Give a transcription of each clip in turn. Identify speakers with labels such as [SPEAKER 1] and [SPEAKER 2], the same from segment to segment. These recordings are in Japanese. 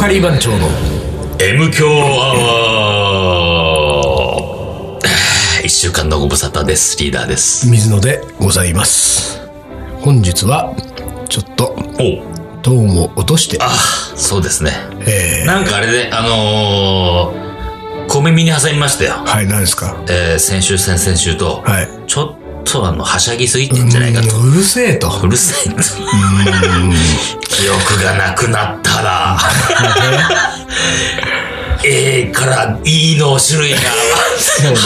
[SPEAKER 1] 裁判長の
[SPEAKER 2] M 強アワー一週間のご無沙汰です。リーダーです。
[SPEAKER 1] 水野でございます本日はちょっと
[SPEAKER 2] お
[SPEAKER 1] トーンを落として
[SPEAKER 2] あ、そうですね。
[SPEAKER 1] え
[SPEAKER 2] なんかあれで、あのー、小耳に挟みましたよ
[SPEAKER 1] ー、。はい何ですか
[SPEAKER 2] えー、先週、先々週と、
[SPEAKER 1] はい
[SPEAKER 2] ちょっとあの、はしゃぎすぎてんじゃないかと。
[SPEAKER 1] うんうるせえと
[SPEAKER 2] うるさいと。記憶がなくなったら、A から E の種類が、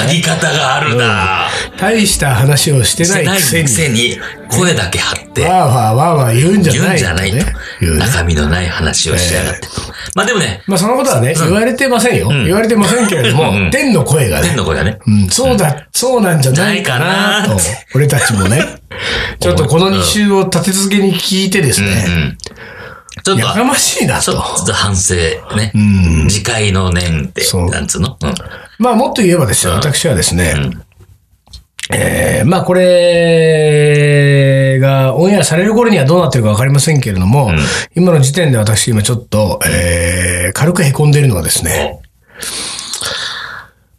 [SPEAKER 2] 剥ぎ方があるな。
[SPEAKER 1] 大した話をして
[SPEAKER 2] して
[SPEAKER 1] な
[SPEAKER 2] ないい
[SPEAKER 1] くせ
[SPEAKER 2] く
[SPEAKER 1] に
[SPEAKER 2] せに、声だけ張って、
[SPEAKER 1] わーわーわーわー言うんじゃ
[SPEAKER 2] 言う
[SPEAKER 1] なんい
[SPEAKER 2] じゃないと
[SPEAKER 1] ね言う。ね
[SPEAKER 2] 中身のない話をしやがって。まあでもね、
[SPEAKER 1] まあそのことはね、言われてませんよ。
[SPEAKER 2] ん
[SPEAKER 1] 言われてませんけれども
[SPEAKER 2] うんうん、
[SPEAKER 1] 天の声がね
[SPEAKER 2] 天、の声がね、
[SPEAKER 1] うん、そうだ、そうなんじゃないかなと
[SPEAKER 2] ないかなって、
[SPEAKER 1] 俺たちも ね、ちょっとこの2週を立て続けに聞いてです
[SPEAKER 2] う
[SPEAKER 1] ね、
[SPEAKER 2] ん。ちょっと、
[SPEAKER 1] やかましいな
[SPEAKER 2] ち
[SPEAKER 1] と
[SPEAKER 2] ょ。っと反省ね。
[SPEAKER 1] ん
[SPEAKER 2] 次回の念って
[SPEAKER 1] そう、
[SPEAKER 2] なんつうのうん。
[SPEAKER 1] まあもっと言えばですよ、
[SPEAKER 2] うん
[SPEAKER 1] 私はですね、えーまあこれがオンエアされる頃にはどうなってるかわかりませんけれども、今の時点で私今ちょっと、えー軽く凹んでるのがですね、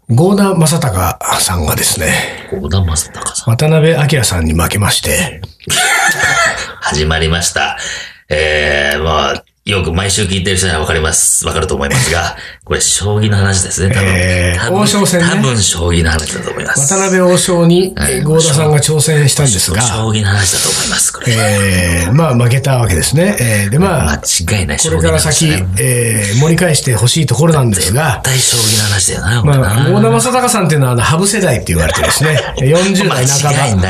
[SPEAKER 1] 郷田正隆さんがですね、
[SPEAKER 2] 小田正隆さん。
[SPEAKER 1] 渡辺明さんに負けまして、
[SPEAKER 2] 始まりました。えー、まあ、よく毎週聞いてる人にはわかります。わかると思いま すが、これ、将棋の話ですね、多分。
[SPEAKER 1] えー
[SPEAKER 2] 多分
[SPEAKER 1] 王将戦ね
[SPEAKER 2] 多分、将棋の話だと思います。
[SPEAKER 1] 渡辺王将に
[SPEAKER 2] はい
[SPEAKER 1] 郷田さんが挑戦したんですが、
[SPEAKER 2] 将棋の話だと思います、これ。
[SPEAKER 1] えーまあ負けたわけですね。えーでまあ、
[SPEAKER 2] 間違いない、
[SPEAKER 1] こ
[SPEAKER 2] 将
[SPEAKER 1] れ
[SPEAKER 2] 棋
[SPEAKER 1] か
[SPEAKER 2] の
[SPEAKER 1] ら
[SPEAKER 2] 話
[SPEAKER 1] 先、
[SPEAKER 2] だね。
[SPEAKER 1] えー盛り返してほしいところなんですが
[SPEAKER 2] 絶、対将棋の話だよな、これな
[SPEAKER 1] まあ、大田正隆さんっていうのは、あの、ハブ世代って言われてです ね、40代
[SPEAKER 2] 間違い
[SPEAKER 1] 半ば。
[SPEAKER 2] ないな、こ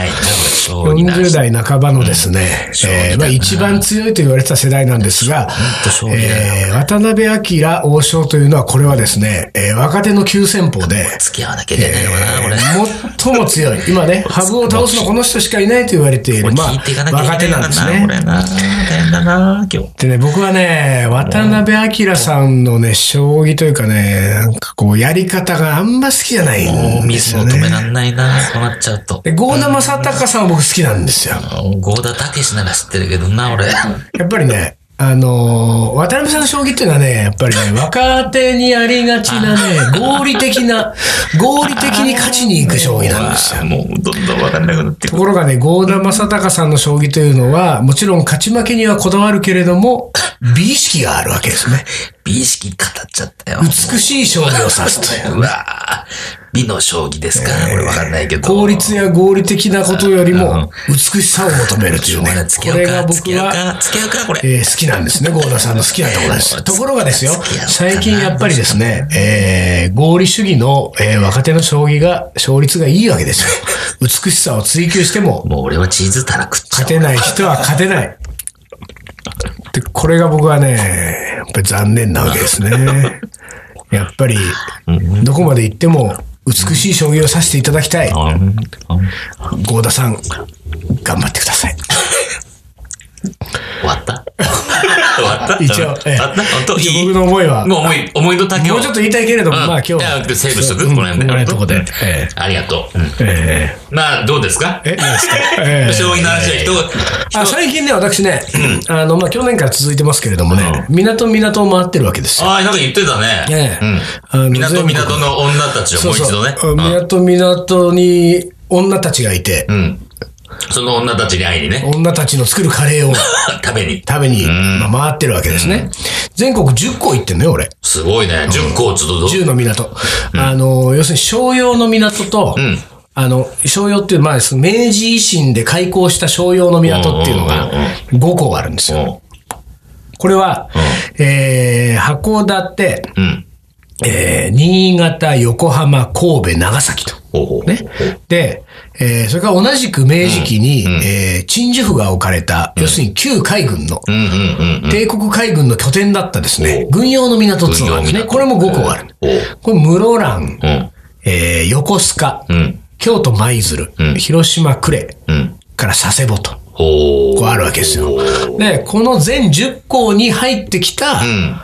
[SPEAKER 2] れ将棋の話。
[SPEAKER 1] 40代半ばのですね、
[SPEAKER 2] 将棋だな
[SPEAKER 1] えーまあ、一番強いと言われてた世代なんですが
[SPEAKER 2] 当将、棋だな
[SPEAKER 1] えー渡辺明王将というのは、これはですね、えー若手の急先鋒で、
[SPEAKER 2] 付き合わなきゃいけないのかな、これ。
[SPEAKER 1] えー最も強い。 今ね、ハブを倒すのはこの人しかいないと言われている、ま
[SPEAKER 2] 聞いていかな
[SPEAKER 1] あ、
[SPEAKER 2] きゃ
[SPEAKER 1] 若
[SPEAKER 2] いけ
[SPEAKER 1] 手
[SPEAKER 2] ない
[SPEAKER 1] なんで
[SPEAKER 2] のか
[SPEAKER 1] す
[SPEAKER 2] な、
[SPEAKER 1] ね
[SPEAKER 2] こ。れな。大変だな、今日。
[SPEAKER 1] でね、僕はね、渡辺明さんのね、将棋というかね、なんかこう、やり方があんま好きじゃない
[SPEAKER 2] もうんミ
[SPEAKER 1] で
[SPEAKER 2] ス
[SPEAKER 1] す
[SPEAKER 2] を
[SPEAKER 1] よ
[SPEAKER 2] 止め
[SPEAKER 1] ね。
[SPEAKER 2] らんないな、そうなっちゃうと。
[SPEAKER 1] で、郷田正隆さんは僕好きなんですよ。
[SPEAKER 2] ゴーダたけしなら知ってるけどな、俺。
[SPEAKER 1] やっぱりね、あのー渡辺さんの将棋っていうのはね、やっぱりね、若手にありがちなね、合理的な、合理的に勝ちに行く将棋なん ですよ。
[SPEAKER 2] もう、どんどんわかんなくなって
[SPEAKER 1] ところがね、郷田正隆さんの将棋というのは、もちろん勝ち負けにはこだわるけれども、美意識があるわけですね。
[SPEAKER 2] 美意識語っちゃったよ。
[SPEAKER 1] 美しい将棋を指すという
[SPEAKER 2] う。わぁ美の将棋ですか、これわかんないけど。
[SPEAKER 1] 効率や合理的なことよりも、美しさを求めると
[SPEAKER 2] し
[SPEAKER 1] い
[SPEAKER 2] ょ
[SPEAKER 1] う
[SPEAKER 2] うがない
[SPEAKER 1] ね。
[SPEAKER 2] 付き
[SPEAKER 1] こ
[SPEAKER 2] 合
[SPEAKER 1] れ
[SPEAKER 2] う
[SPEAKER 1] が
[SPEAKER 2] か、
[SPEAKER 1] 僕
[SPEAKER 2] 付き合う
[SPEAKER 1] は、
[SPEAKER 2] か、付き合うか、これ。
[SPEAKER 1] えー好きなんですね、郷田さんの好きなところです。ところがですよ
[SPEAKER 2] 付き合う、かな
[SPEAKER 1] 最近やっぱりですね、えー合理主義の、えー若手の将棋が、勝率がいいわけですよ。 美しさを追求しても、
[SPEAKER 2] もう俺はチーズたら食っちゃ
[SPEAKER 1] 勝てない人は勝てない。で、これが僕はね、やっぱり残念なわけですね。やっぱり、どこまで行っても、美しい将棋を指していただきたい。
[SPEAKER 2] う。うんうん
[SPEAKER 1] 郷田さん、頑張ってください。
[SPEAKER 2] 終わった終わった
[SPEAKER 1] 一応、
[SPEAKER 2] 終わった本当い
[SPEAKER 1] 一応
[SPEAKER 2] い
[SPEAKER 1] 僕の思いは、も
[SPEAKER 2] もう思い、思いの丈を。
[SPEAKER 1] うちょっと言いたいけれども、
[SPEAKER 2] うん
[SPEAKER 1] まあ今日
[SPEAKER 2] いや
[SPEAKER 1] は。
[SPEAKER 2] セーブしとく
[SPEAKER 1] うん
[SPEAKER 2] この辺で。
[SPEAKER 1] この辺のとこで。え
[SPEAKER 2] ありがとう。うん
[SPEAKER 1] ええ
[SPEAKER 2] まあ、どうですか
[SPEAKER 1] ええ何ですかええ
[SPEAKER 2] 将棋の話は人が、
[SPEAKER 1] あ最近ね、私ね、あの、まあ、去年から続いてますけれどもね、港港を回ってるわけですよ。
[SPEAKER 2] ああ、なんか言ってたね
[SPEAKER 1] え。え
[SPEAKER 2] うん
[SPEAKER 1] あの
[SPEAKER 2] 港、
[SPEAKER 1] 全国
[SPEAKER 2] 港の女たちをもう一度ね。
[SPEAKER 1] あ港港に女たちがいて
[SPEAKER 2] う、ん。その女たちに会いにね、
[SPEAKER 1] 女たちの作るカレーを
[SPEAKER 2] 食べに。
[SPEAKER 1] 食べに、
[SPEAKER 2] ん
[SPEAKER 1] まあ、回ってるわけですね。全国10個行ってんのよ、俺。
[SPEAKER 2] すごいね。10個つどぞ。
[SPEAKER 1] 10の港。あの、要するに商用の港と、
[SPEAKER 2] ん
[SPEAKER 1] あの、商用っていう、まあ、その明治維新で開港した商用の港っていうのが
[SPEAKER 2] うんうんうん
[SPEAKER 1] 5個あるんですよ。これは、えー、函館、
[SPEAKER 2] うんうん。
[SPEAKER 1] えー、新潟、横浜、神戸、長崎と。
[SPEAKER 2] ほうほう。
[SPEAKER 1] ね。で、えー、それから同じく明治期に、えー、陳樹府が置かれた、要するに旧海軍の、
[SPEAKER 2] うんうんうん。
[SPEAKER 1] 帝国海軍の拠点だったですね、軍用の港っていうのがあるんですね。こ
[SPEAKER 2] 軍
[SPEAKER 1] れ
[SPEAKER 2] 用
[SPEAKER 1] も
[SPEAKER 2] 港
[SPEAKER 1] 5個ある。
[SPEAKER 2] おう
[SPEAKER 1] これ、室蘭、
[SPEAKER 2] うん。
[SPEAKER 1] えー、横須賀、
[SPEAKER 2] うん。
[SPEAKER 1] 京都舞鶴、
[SPEAKER 2] うん
[SPEAKER 1] 広島呉
[SPEAKER 2] うん。
[SPEAKER 1] から佐世保と、
[SPEAKER 2] ほう。
[SPEAKER 1] こうあるわけですよ
[SPEAKER 2] ほう。
[SPEAKER 1] で、この全10校に入ってきた、
[SPEAKER 2] うん。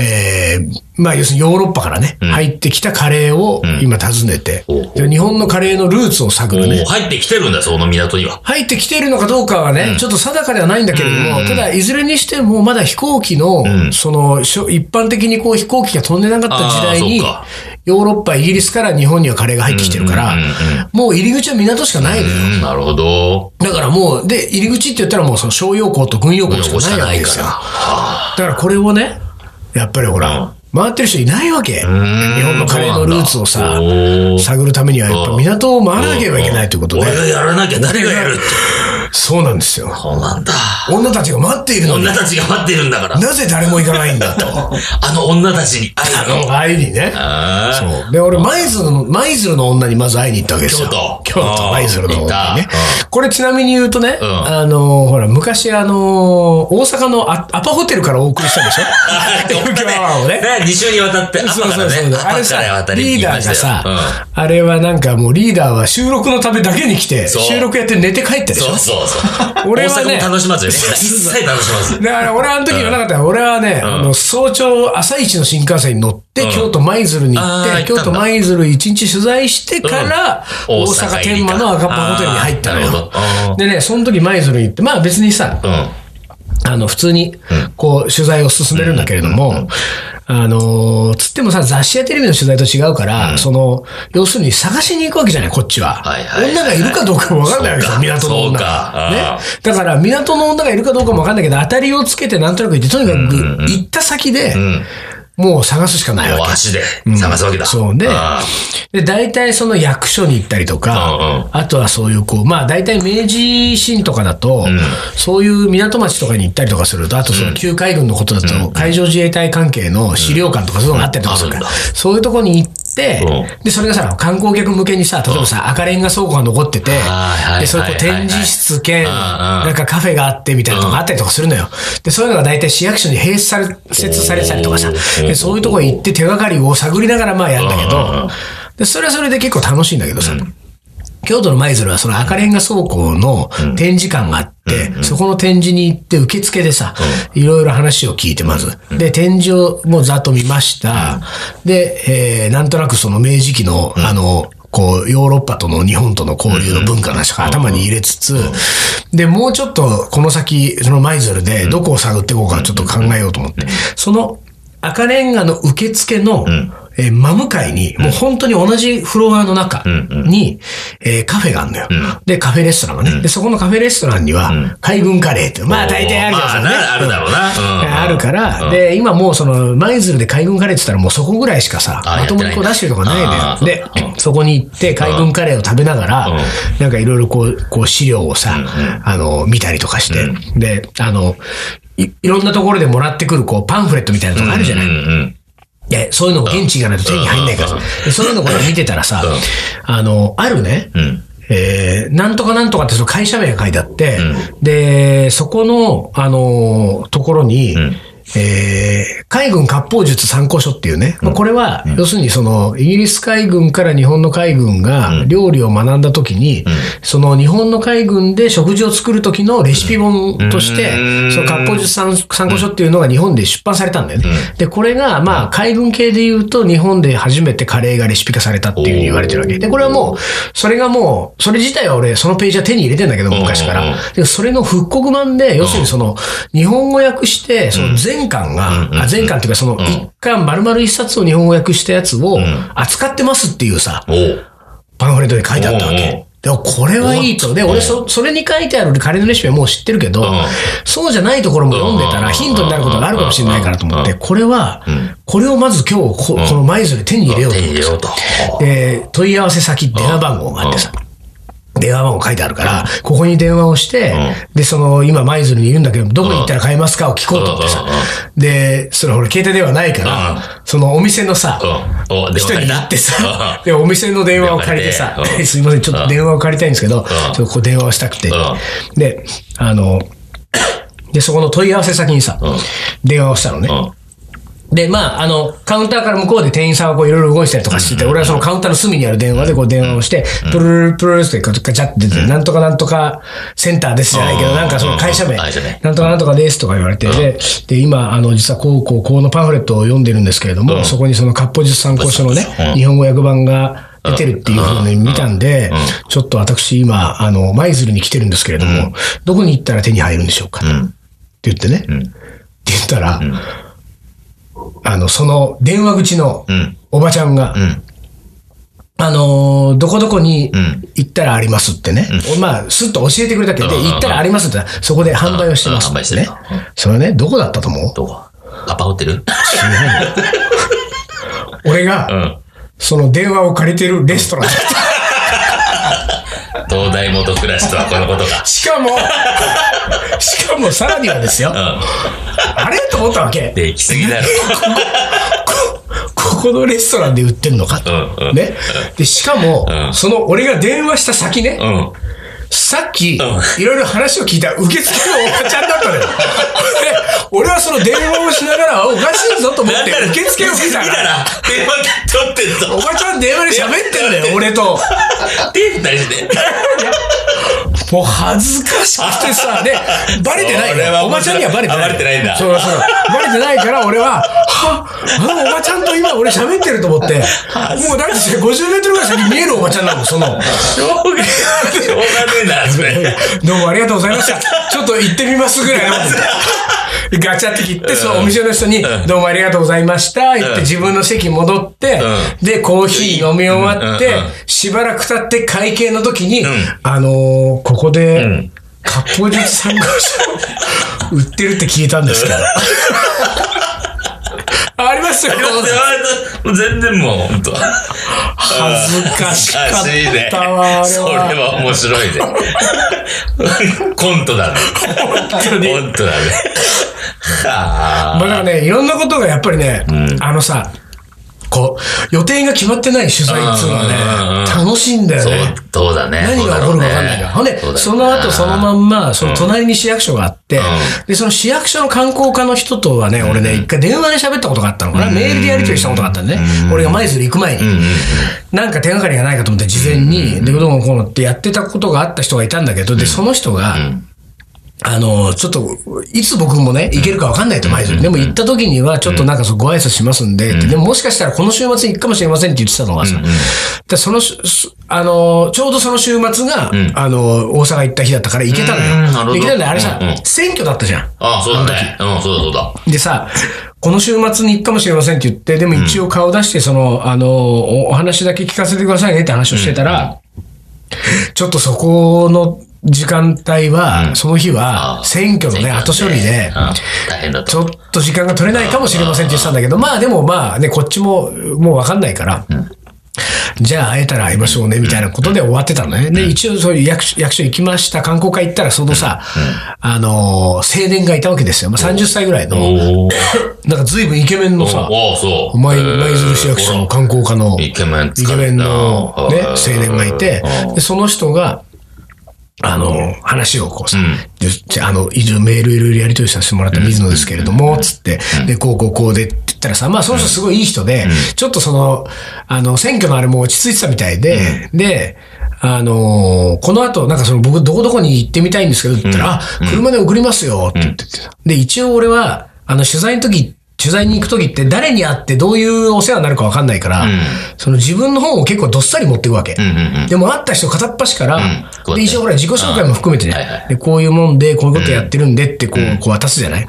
[SPEAKER 1] えーまあ要するにヨーロッパからね、入ってきたカレーを今訪ねて、
[SPEAKER 2] おう
[SPEAKER 1] で日本のカレーのルーツを探る
[SPEAKER 2] も
[SPEAKER 1] ね
[SPEAKER 2] う。入ってきてるんだ、その港には。
[SPEAKER 1] 入ってきているのかどうかはね、ちょっと定かではないんだけれども、
[SPEAKER 2] うん
[SPEAKER 1] ただ、いずれにしても、まだ飛行機の、
[SPEAKER 2] ん
[SPEAKER 1] その、しょ一般的にこう飛行機が飛んでなかった時代に
[SPEAKER 2] あーそうか、
[SPEAKER 1] ヨーロッパ、イギリスから日本にはカレーが入ってきてるから、
[SPEAKER 2] うんうんうんう
[SPEAKER 1] もう入り口は港しかないのよ。
[SPEAKER 2] うん、なるほど。
[SPEAKER 1] だからもう、で、入り口って言ったらもうその商用港と軍用港し
[SPEAKER 2] こし
[SPEAKER 1] かな
[SPEAKER 2] か
[SPEAKER 1] いわけ
[SPEAKER 2] ない
[SPEAKER 1] で
[SPEAKER 2] か
[SPEAKER 1] すよ。
[SPEAKER 2] ら。は
[SPEAKER 1] だからこれをね、やっぱりほら、
[SPEAKER 2] うん
[SPEAKER 1] 回ってる人いないわけ。日
[SPEAKER 2] ん
[SPEAKER 1] 本のカレーのルーツをさ
[SPEAKER 2] そうなん、だ
[SPEAKER 1] 探るためにはやっぱ港を回らなければいけないということで、
[SPEAKER 2] 俺がやらなきゃ誰が やるって。
[SPEAKER 1] そうなんですよ。
[SPEAKER 2] そうなんだ。
[SPEAKER 1] 女たちが待っているのに、
[SPEAKER 2] 女たちが待ってるんだから。
[SPEAKER 1] なぜ誰も行かないんだと。
[SPEAKER 2] あの女たちに会
[SPEAKER 1] あ
[SPEAKER 2] いに。
[SPEAKER 1] の、会いにね。
[SPEAKER 2] あー
[SPEAKER 1] そう。で、俺、舞鶴の、舞鶴の女にまず会いに行ったわけですよ。
[SPEAKER 2] 京都
[SPEAKER 1] 京
[SPEAKER 2] あ
[SPEAKER 1] 都、
[SPEAKER 2] ー
[SPEAKER 1] 舞鶴の女に
[SPEAKER 2] 行
[SPEAKER 1] ね
[SPEAKER 2] った。
[SPEAKER 1] これちなみに言うとね、
[SPEAKER 2] うん
[SPEAKER 1] あのー、ほら、昔あのー、大阪のアアパホテルからお送りしたで しょ東京アワーをね。
[SPEAKER 2] ね、2週にわたって、朝
[SPEAKER 1] そう
[SPEAKER 2] か
[SPEAKER 1] そう
[SPEAKER 2] ら
[SPEAKER 1] そう
[SPEAKER 2] ね、。
[SPEAKER 1] あれ
[SPEAKER 2] 朝
[SPEAKER 1] さ
[SPEAKER 2] から渡、り
[SPEAKER 1] リー
[SPEAKER 2] に行き
[SPEAKER 1] ダ
[SPEAKER 2] ま
[SPEAKER 1] ー
[SPEAKER 2] した
[SPEAKER 1] が
[SPEAKER 2] よ。
[SPEAKER 1] さ、あれはなんかもうリーダーは収録のためだけに来て、
[SPEAKER 2] そう
[SPEAKER 1] 収録やって寝て帰ったでし
[SPEAKER 2] う
[SPEAKER 1] ょ
[SPEAKER 2] ん。そうそうそう。
[SPEAKER 1] 俺はね
[SPEAKER 2] 大阪も楽しまずよね。一切楽しまず。
[SPEAKER 1] だから俺はあの時言わなかったよ俺はね、あの、早朝朝一の新幹線に乗って、京都舞鶴に行っ
[SPEAKER 2] あー
[SPEAKER 1] て、
[SPEAKER 2] 行ったんだ
[SPEAKER 1] 京都舞鶴一日取材してから、
[SPEAKER 2] うん
[SPEAKER 1] 大
[SPEAKER 2] 大阪
[SPEAKER 1] 阪
[SPEAKER 2] 入り
[SPEAKER 1] 天
[SPEAKER 2] か
[SPEAKER 1] 満の赤っ羽ホテルに入ったの
[SPEAKER 2] あーなるほ
[SPEAKER 1] よ
[SPEAKER 2] どあ。ー
[SPEAKER 1] でね、その時舞鶴に行って、まあ別にさ、
[SPEAKER 2] うん。
[SPEAKER 1] あの、普通に、こう、取材を進めるんだけれども、あのー、つってもさ、雑誌やテレビの取材と違うから、その、要するに探しに行くわけじゃない、こっちは
[SPEAKER 2] はいはいは。い
[SPEAKER 1] 女がいるかどうかもわかんないわけ
[SPEAKER 2] そう
[SPEAKER 1] さ、
[SPEAKER 2] か
[SPEAKER 1] 港の
[SPEAKER 2] そう
[SPEAKER 1] 女
[SPEAKER 2] か
[SPEAKER 1] が。ね
[SPEAKER 2] あ。
[SPEAKER 1] だから、港の女がいるかどうかもわかんないけど、当たりをつけてなんとなく行って、とにかく行った先で、もう探すしかないわ
[SPEAKER 2] もう
[SPEAKER 1] け。
[SPEAKER 2] 足で探すわけだ。
[SPEAKER 1] そうね
[SPEAKER 2] あ
[SPEAKER 1] で、大体その役所に行ったりと
[SPEAKER 2] うんうん
[SPEAKER 1] か、あとはそういうこう、まあ大体明治維新とかだと、そういう港町とかに行ったりとかすると、あとその旧海軍のことだと、海上自衛隊関係の資料館とかそういうのがあったりとかするから、
[SPEAKER 2] うんあ
[SPEAKER 1] そういうとこに行って、
[SPEAKER 2] う
[SPEAKER 1] で、それがさ、観光客向けにさ、例えばさ、赤レンガ倉庫が残ってて
[SPEAKER 2] はいはい、
[SPEAKER 1] で、そういうこう
[SPEAKER 2] はいはいはい
[SPEAKER 1] 展示室兼、
[SPEAKER 2] うんうん
[SPEAKER 1] なんかカフェがあってみたいなのがあったりとかするのよ。で、そういうのが大体市役所に併設され設されてたりとかさ
[SPEAKER 2] お、ー
[SPEAKER 1] でそういうとこ行って手がかりを探りながらまあやるんだけ
[SPEAKER 2] うんうんうん
[SPEAKER 1] ど、で、それはそれで結構楽しいんだけどさ、京都の舞鶴はその赤レンガ倉庫の展示館があって、そこの展示に行って受付でさ、いろいろ話を聞いてまず。で、展示をもうざっと見ました。で、えーなんとなくその明治期の、あの、こう、ヨーロッパとの日本との交流の文化の話とか頭に入れつつ、で、もうちょっとこの先、その舞鶴でどこを探っていこうかちょっと考えようと思って、その赤レンガの受付の、えー真向かいに、もう本当に同じフロアの中に、えーカフェがあるのよ、で、カフェレストランがね。で、そこのカフェレストランには、海軍カレーって、まあ大体あるじゃないです
[SPEAKER 2] まあなあるだろうなうん
[SPEAKER 1] あるから、
[SPEAKER 2] うん
[SPEAKER 1] で、今もうその、舞鶴で海軍カレーって言ったらもうそこぐらいしかさ、
[SPEAKER 2] あ
[SPEAKER 1] まともにこう
[SPEAKER 2] や
[SPEAKER 1] 出
[SPEAKER 2] っ
[SPEAKER 1] しててる
[SPEAKER 2] ない
[SPEAKER 1] とこ
[SPEAKER 2] あ
[SPEAKER 1] ない
[SPEAKER 2] ー
[SPEAKER 1] のよ。で、そこに行って海軍カレーを食べながら、なんかいろいろこう、こう資料をさ、あの、見たりとかして、で、あの、いいろんなところでもらってくるこうパンフレットみたいなのとかあるじゃない、
[SPEAKER 2] うんうん。
[SPEAKER 1] で、そういうのを現地行かないと手に入んないからさ
[SPEAKER 2] うん
[SPEAKER 1] でそういうのこれ見てたらさ、あの、あるね、
[SPEAKER 2] ん
[SPEAKER 1] えーなんとかなんとかってその会社名が書いてあって、で、そこの、あのーところに、えー海軍割烹術参考書っていうね、まあこれは、要するにその、イギリス海軍から日本の海軍が料理を学んだ時に、その日本の海軍で食事を作る時のレシピ本として、
[SPEAKER 2] うん
[SPEAKER 1] その割烹術参参考書っていうのが日本で出版されたんだよね。で、これが、まあ、海軍系で言うと、日本で初めてカレーがレシピ化されたっていうふうに言われてるわけ。で、これはもう、それがもう、それ自体は俺、そのページは手に入れてんだけど、昔か
[SPEAKER 2] うんうん
[SPEAKER 1] ら。で、それの復刻版で、要するにその、日本語訳して、その前巻が、あ前巻っていうか、その一巻丸々一冊を日本語訳したやつを扱ってますっていうさ、
[SPEAKER 2] おう。
[SPEAKER 1] パンフレットに書いてあったわ
[SPEAKER 2] うん
[SPEAKER 1] け。でもこれはいいと。で、俺そ、それに書いてあるカレーのレシピはもう知ってるけど、そうじゃないところも読んでた
[SPEAKER 2] う
[SPEAKER 1] ら
[SPEAKER 2] ん
[SPEAKER 1] ヒントになることがあるかもしれないからと思って、これは、これをまず今日こ、この舞鶴で手に入れようと
[SPEAKER 2] 手に
[SPEAKER 1] 思っ
[SPEAKER 2] 入
[SPEAKER 1] てさ
[SPEAKER 2] れようと。
[SPEAKER 1] で、問い合わせ先、電話番号があってさ、電話番号書いてあるから、ここに電話をして、で、その、今、舞鶴にいるんだけど、どこに行ったら買えますかを聞こうと思ってさ
[SPEAKER 2] うんうんうん、
[SPEAKER 1] で、それ、俺、携帯ではないから、
[SPEAKER 2] うん
[SPEAKER 1] そのお店のさ、
[SPEAKER 2] うん。おう、で
[SPEAKER 1] 人になってさ、で、お店の電話を借りてさ
[SPEAKER 2] 電話借りて、うん
[SPEAKER 1] すいません、ちょっと電話を借りたいんですけど、ちょっとこう電話をしたくて
[SPEAKER 2] う。
[SPEAKER 1] で、あの、で、そこの問い合わせ先にさ、電話をしたのね。で、まあ、あの、カウンターから向こうで店員さんはこういろいろ動いてたりとかしてて、俺はそのカウンターの隅にある電話でこう電話をして、プルルプルルってガチャって出て、なんとかなんとかセンターですじゃないけど、
[SPEAKER 2] うん
[SPEAKER 1] なんかその会社名、
[SPEAKER 2] うん
[SPEAKER 1] なん
[SPEAKER 2] 会社名
[SPEAKER 1] とかなんとかですとか言われて、で、で、今、あの、実はこうこうこうのパンフレットを読んでるんですけれども、そこにその割烹術参考書のね
[SPEAKER 2] うん、
[SPEAKER 1] 日本語訳版が、出てるっていうふうに見たんで、ちょっと私今、あの、舞鶴に来てるんですけれども、どこに行ったら手に入るんでしょうか、
[SPEAKER 2] う
[SPEAKER 1] って
[SPEAKER 2] ん。
[SPEAKER 1] 言ってね。
[SPEAKER 2] うん
[SPEAKER 1] って言ったら、
[SPEAKER 2] ん
[SPEAKER 1] あの、その電話口の
[SPEAKER 2] うん。
[SPEAKER 1] おばちゃんが、
[SPEAKER 2] うん。
[SPEAKER 1] あのーどこどこに
[SPEAKER 2] うん
[SPEAKER 1] 行ったらありますってね。まあ、すっと教えてくれたけど、で
[SPEAKER 2] うんうんうん
[SPEAKER 1] 行ったらありますって言ったら、そこで販売をしてます
[SPEAKER 2] うんうん販売して
[SPEAKER 1] ね
[SPEAKER 2] た。
[SPEAKER 1] それはね、どこだったと思う
[SPEAKER 2] どこアパホテル
[SPEAKER 1] 俺が、
[SPEAKER 2] うん。
[SPEAKER 1] その電話を借りてるレストランだった。
[SPEAKER 2] 東大元暮らしとはこのこと か。
[SPEAKER 1] しか も、しかもさらにはですよ、
[SPEAKER 2] う
[SPEAKER 1] あれと思ったわけ
[SPEAKER 2] ん。。で、行き過ぎだろ。
[SPEAKER 1] ここのレストランで売ってんのかと。
[SPEAKER 2] うんうん
[SPEAKER 1] ね。で、しかも、
[SPEAKER 2] うん
[SPEAKER 1] その俺が電話した先ね、
[SPEAKER 2] うん。
[SPEAKER 1] さっき、
[SPEAKER 2] ん
[SPEAKER 1] いろいろ話を聞いた受付のおばちゃんだったのよ。 で俺はその電話をしながら、おかしいぞと思っ
[SPEAKER 2] なん
[SPEAKER 1] て
[SPEAKER 2] なら、
[SPEAKER 1] 受付を
[SPEAKER 2] 行き
[SPEAKER 1] 見た
[SPEAKER 2] 過ぎだ
[SPEAKER 1] ら、
[SPEAKER 2] な。電話取ってん
[SPEAKER 1] お
[SPEAKER 2] ぞ。
[SPEAKER 1] ばちゃん電話で喋ってんだよ、俺と。
[SPEAKER 2] 手振ったりして。
[SPEAKER 1] もう恥ずかしくて さ、で、バレてな
[SPEAKER 2] それ
[SPEAKER 1] い
[SPEAKER 2] は
[SPEAKER 1] よ。おばちゃんにはバレてない。
[SPEAKER 2] あバレてないんだ
[SPEAKER 1] そうそう。バレてないから、俺は、はあのおばちゃんと今俺喋ってると思って、もうだってさ50メートルぐらい先に見えるおばちゃんなの、その。
[SPEAKER 2] しょうがねえ。しょうがねえな、それ。
[SPEAKER 1] どうもありがとうございました。ちょっと行ってみますぐらいのことで。ガチャって切って、そのお店の人に、どうもありがとうございました。言って自分の席戻って、で、コーヒー飲み終わって
[SPEAKER 2] うんうんうん、
[SPEAKER 1] しばらく経って会計の時に
[SPEAKER 2] ん、
[SPEAKER 1] あのー、ここで
[SPEAKER 2] ん、
[SPEAKER 1] 割烹術参考書を売ってるって聞いたん ですけど。ありますよ。
[SPEAKER 2] もう全然もう、本当。
[SPEAKER 1] 恥ずかしか
[SPEAKER 2] 恥ず
[SPEAKER 1] っ
[SPEAKER 2] ね
[SPEAKER 1] たわ、あれ
[SPEAKER 2] それ
[SPEAKER 1] は。
[SPEAKER 2] は面白いね。コントだね。
[SPEAKER 1] 本当に
[SPEAKER 2] コントだね。
[SPEAKER 1] まあ
[SPEAKER 2] は
[SPEAKER 1] だからね、いろんなことがやっぱりね、あのさ、こう、予定が決まってない取材っていうの
[SPEAKER 2] うんうんうんう
[SPEAKER 1] は
[SPEAKER 2] ん
[SPEAKER 1] ね、楽しいんだ
[SPEAKER 2] あ。
[SPEAKER 1] よ
[SPEAKER 2] そう
[SPEAKER 1] ね。、
[SPEAKER 2] どうだね。
[SPEAKER 1] 何が起こるか分かんないから。ほんで、その後そのま
[SPEAKER 2] ま。
[SPEAKER 1] んま、その隣に市役所があって、で、その市役所の観光課の人とはね、俺ね、一回電話で喋ったことがあったのかな。メールでやり取りしたことがあったんでね。俺が舞鶴行く前に。なんか手がかりがないかと思って事前に、で、どうもこうのってやってたことがあった人がいたんだけど、で、その人が、あの、ちょっと、いつ僕もね、行けるか分かんないと、舞鶴。でも行った時には、ちょっとなんかそうご挨拶しますんで、ってでももしかしたらこの週末に行くかもしれませんって言ってたのがさ、でそのし、すあの、ちょうどその週末が、あの、大阪行った日だったから行けたの
[SPEAKER 2] うんな
[SPEAKER 1] よ。
[SPEAKER 2] るほど
[SPEAKER 1] で行けたんだよ。あれさ
[SPEAKER 2] うんうん、
[SPEAKER 1] 選挙だったじゃん。
[SPEAKER 2] ああ、そうだね。うん、そうだそうだ。
[SPEAKER 1] でさ、この週末に行くかもしれませんって言って、でも一応顔出して、その、あの、おお話だけ聞かせてくださいねって話をしてたら、ちょっとそこの時間帯は、その日
[SPEAKER 2] あ
[SPEAKER 1] は、
[SPEAKER 2] あ
[SPEAKER 1] 選挙のね、後処理で、
[SPEAKER 2] うん大変だ
[SPEAKER 1] ち
[SPEAKER 2] と。
[SPEAKER 1] ょっと時間が取れないかもしれませんって言ってたんだけど、まあでもまあね、こっちももうわかんないから、じゃあ会えたら会いましょうね、みたいなことで終わってたのね。で、一応そういう役所役所行きました、観光会行ったら、そのさ、あのー青年がいたわけですよ。まあ30歳ぐらいの。
[SPEAKER 2] おー。
[SPEAKER 1] なんか随分イケメンのさ、
[SPEAKER 2] おー、そう。
[SPEAKER 1] 舞
[SPEAKER 2] えー
[SPEAKER 1] 舞鶴市役所の観光課の
[SPEAKER 2] イケメン使
[SPEAKER 1] イ
[SPEAKER 2] う
[SPEAKER 1] ケメン
[SPEAKER 2] んだ
[SPEAKER 1] の、ね、青年がいて
[SPEAKER 2] うん、
[SPEAKER 1] でその人が、あの、話をこうさ、
[SPEAKER 2] ん
[SPEAKER 1] でじゃあ、あの、以上メールいろいろやり取りさせてもらった水野ですけれども、つって、で、こうこうこうでって言ったらさ、まあ、その人すごいいい人で、ちょっとその、あの、選挙のあれも落ち着いてたみたいで、で、あのこの後、なんかその僕、どこどこに行ってみたいんですけど、って言ったら、あ、車で送りますよ、って言っててさで、一応俺は、あの、取材の時、取材に行く時って誰に会ってどういうお世話になるかわかんないから、その自分の本を結構どっさり持っていくわけ。
[SPEAKER 2] うんうんうん。
[SPEAKER 1] でも会った人片っ端から、
[SPEAKER 2] こうやって
[SPEAKER 1] で一応ほら自己紹介も含めてね、
[SPEAKER 2] うんはいはい
[SPEAKER 1] でこういうもんで、こういうことやってるんでってこう,、こう渡すじゃない、
[SPEAKER 2] ん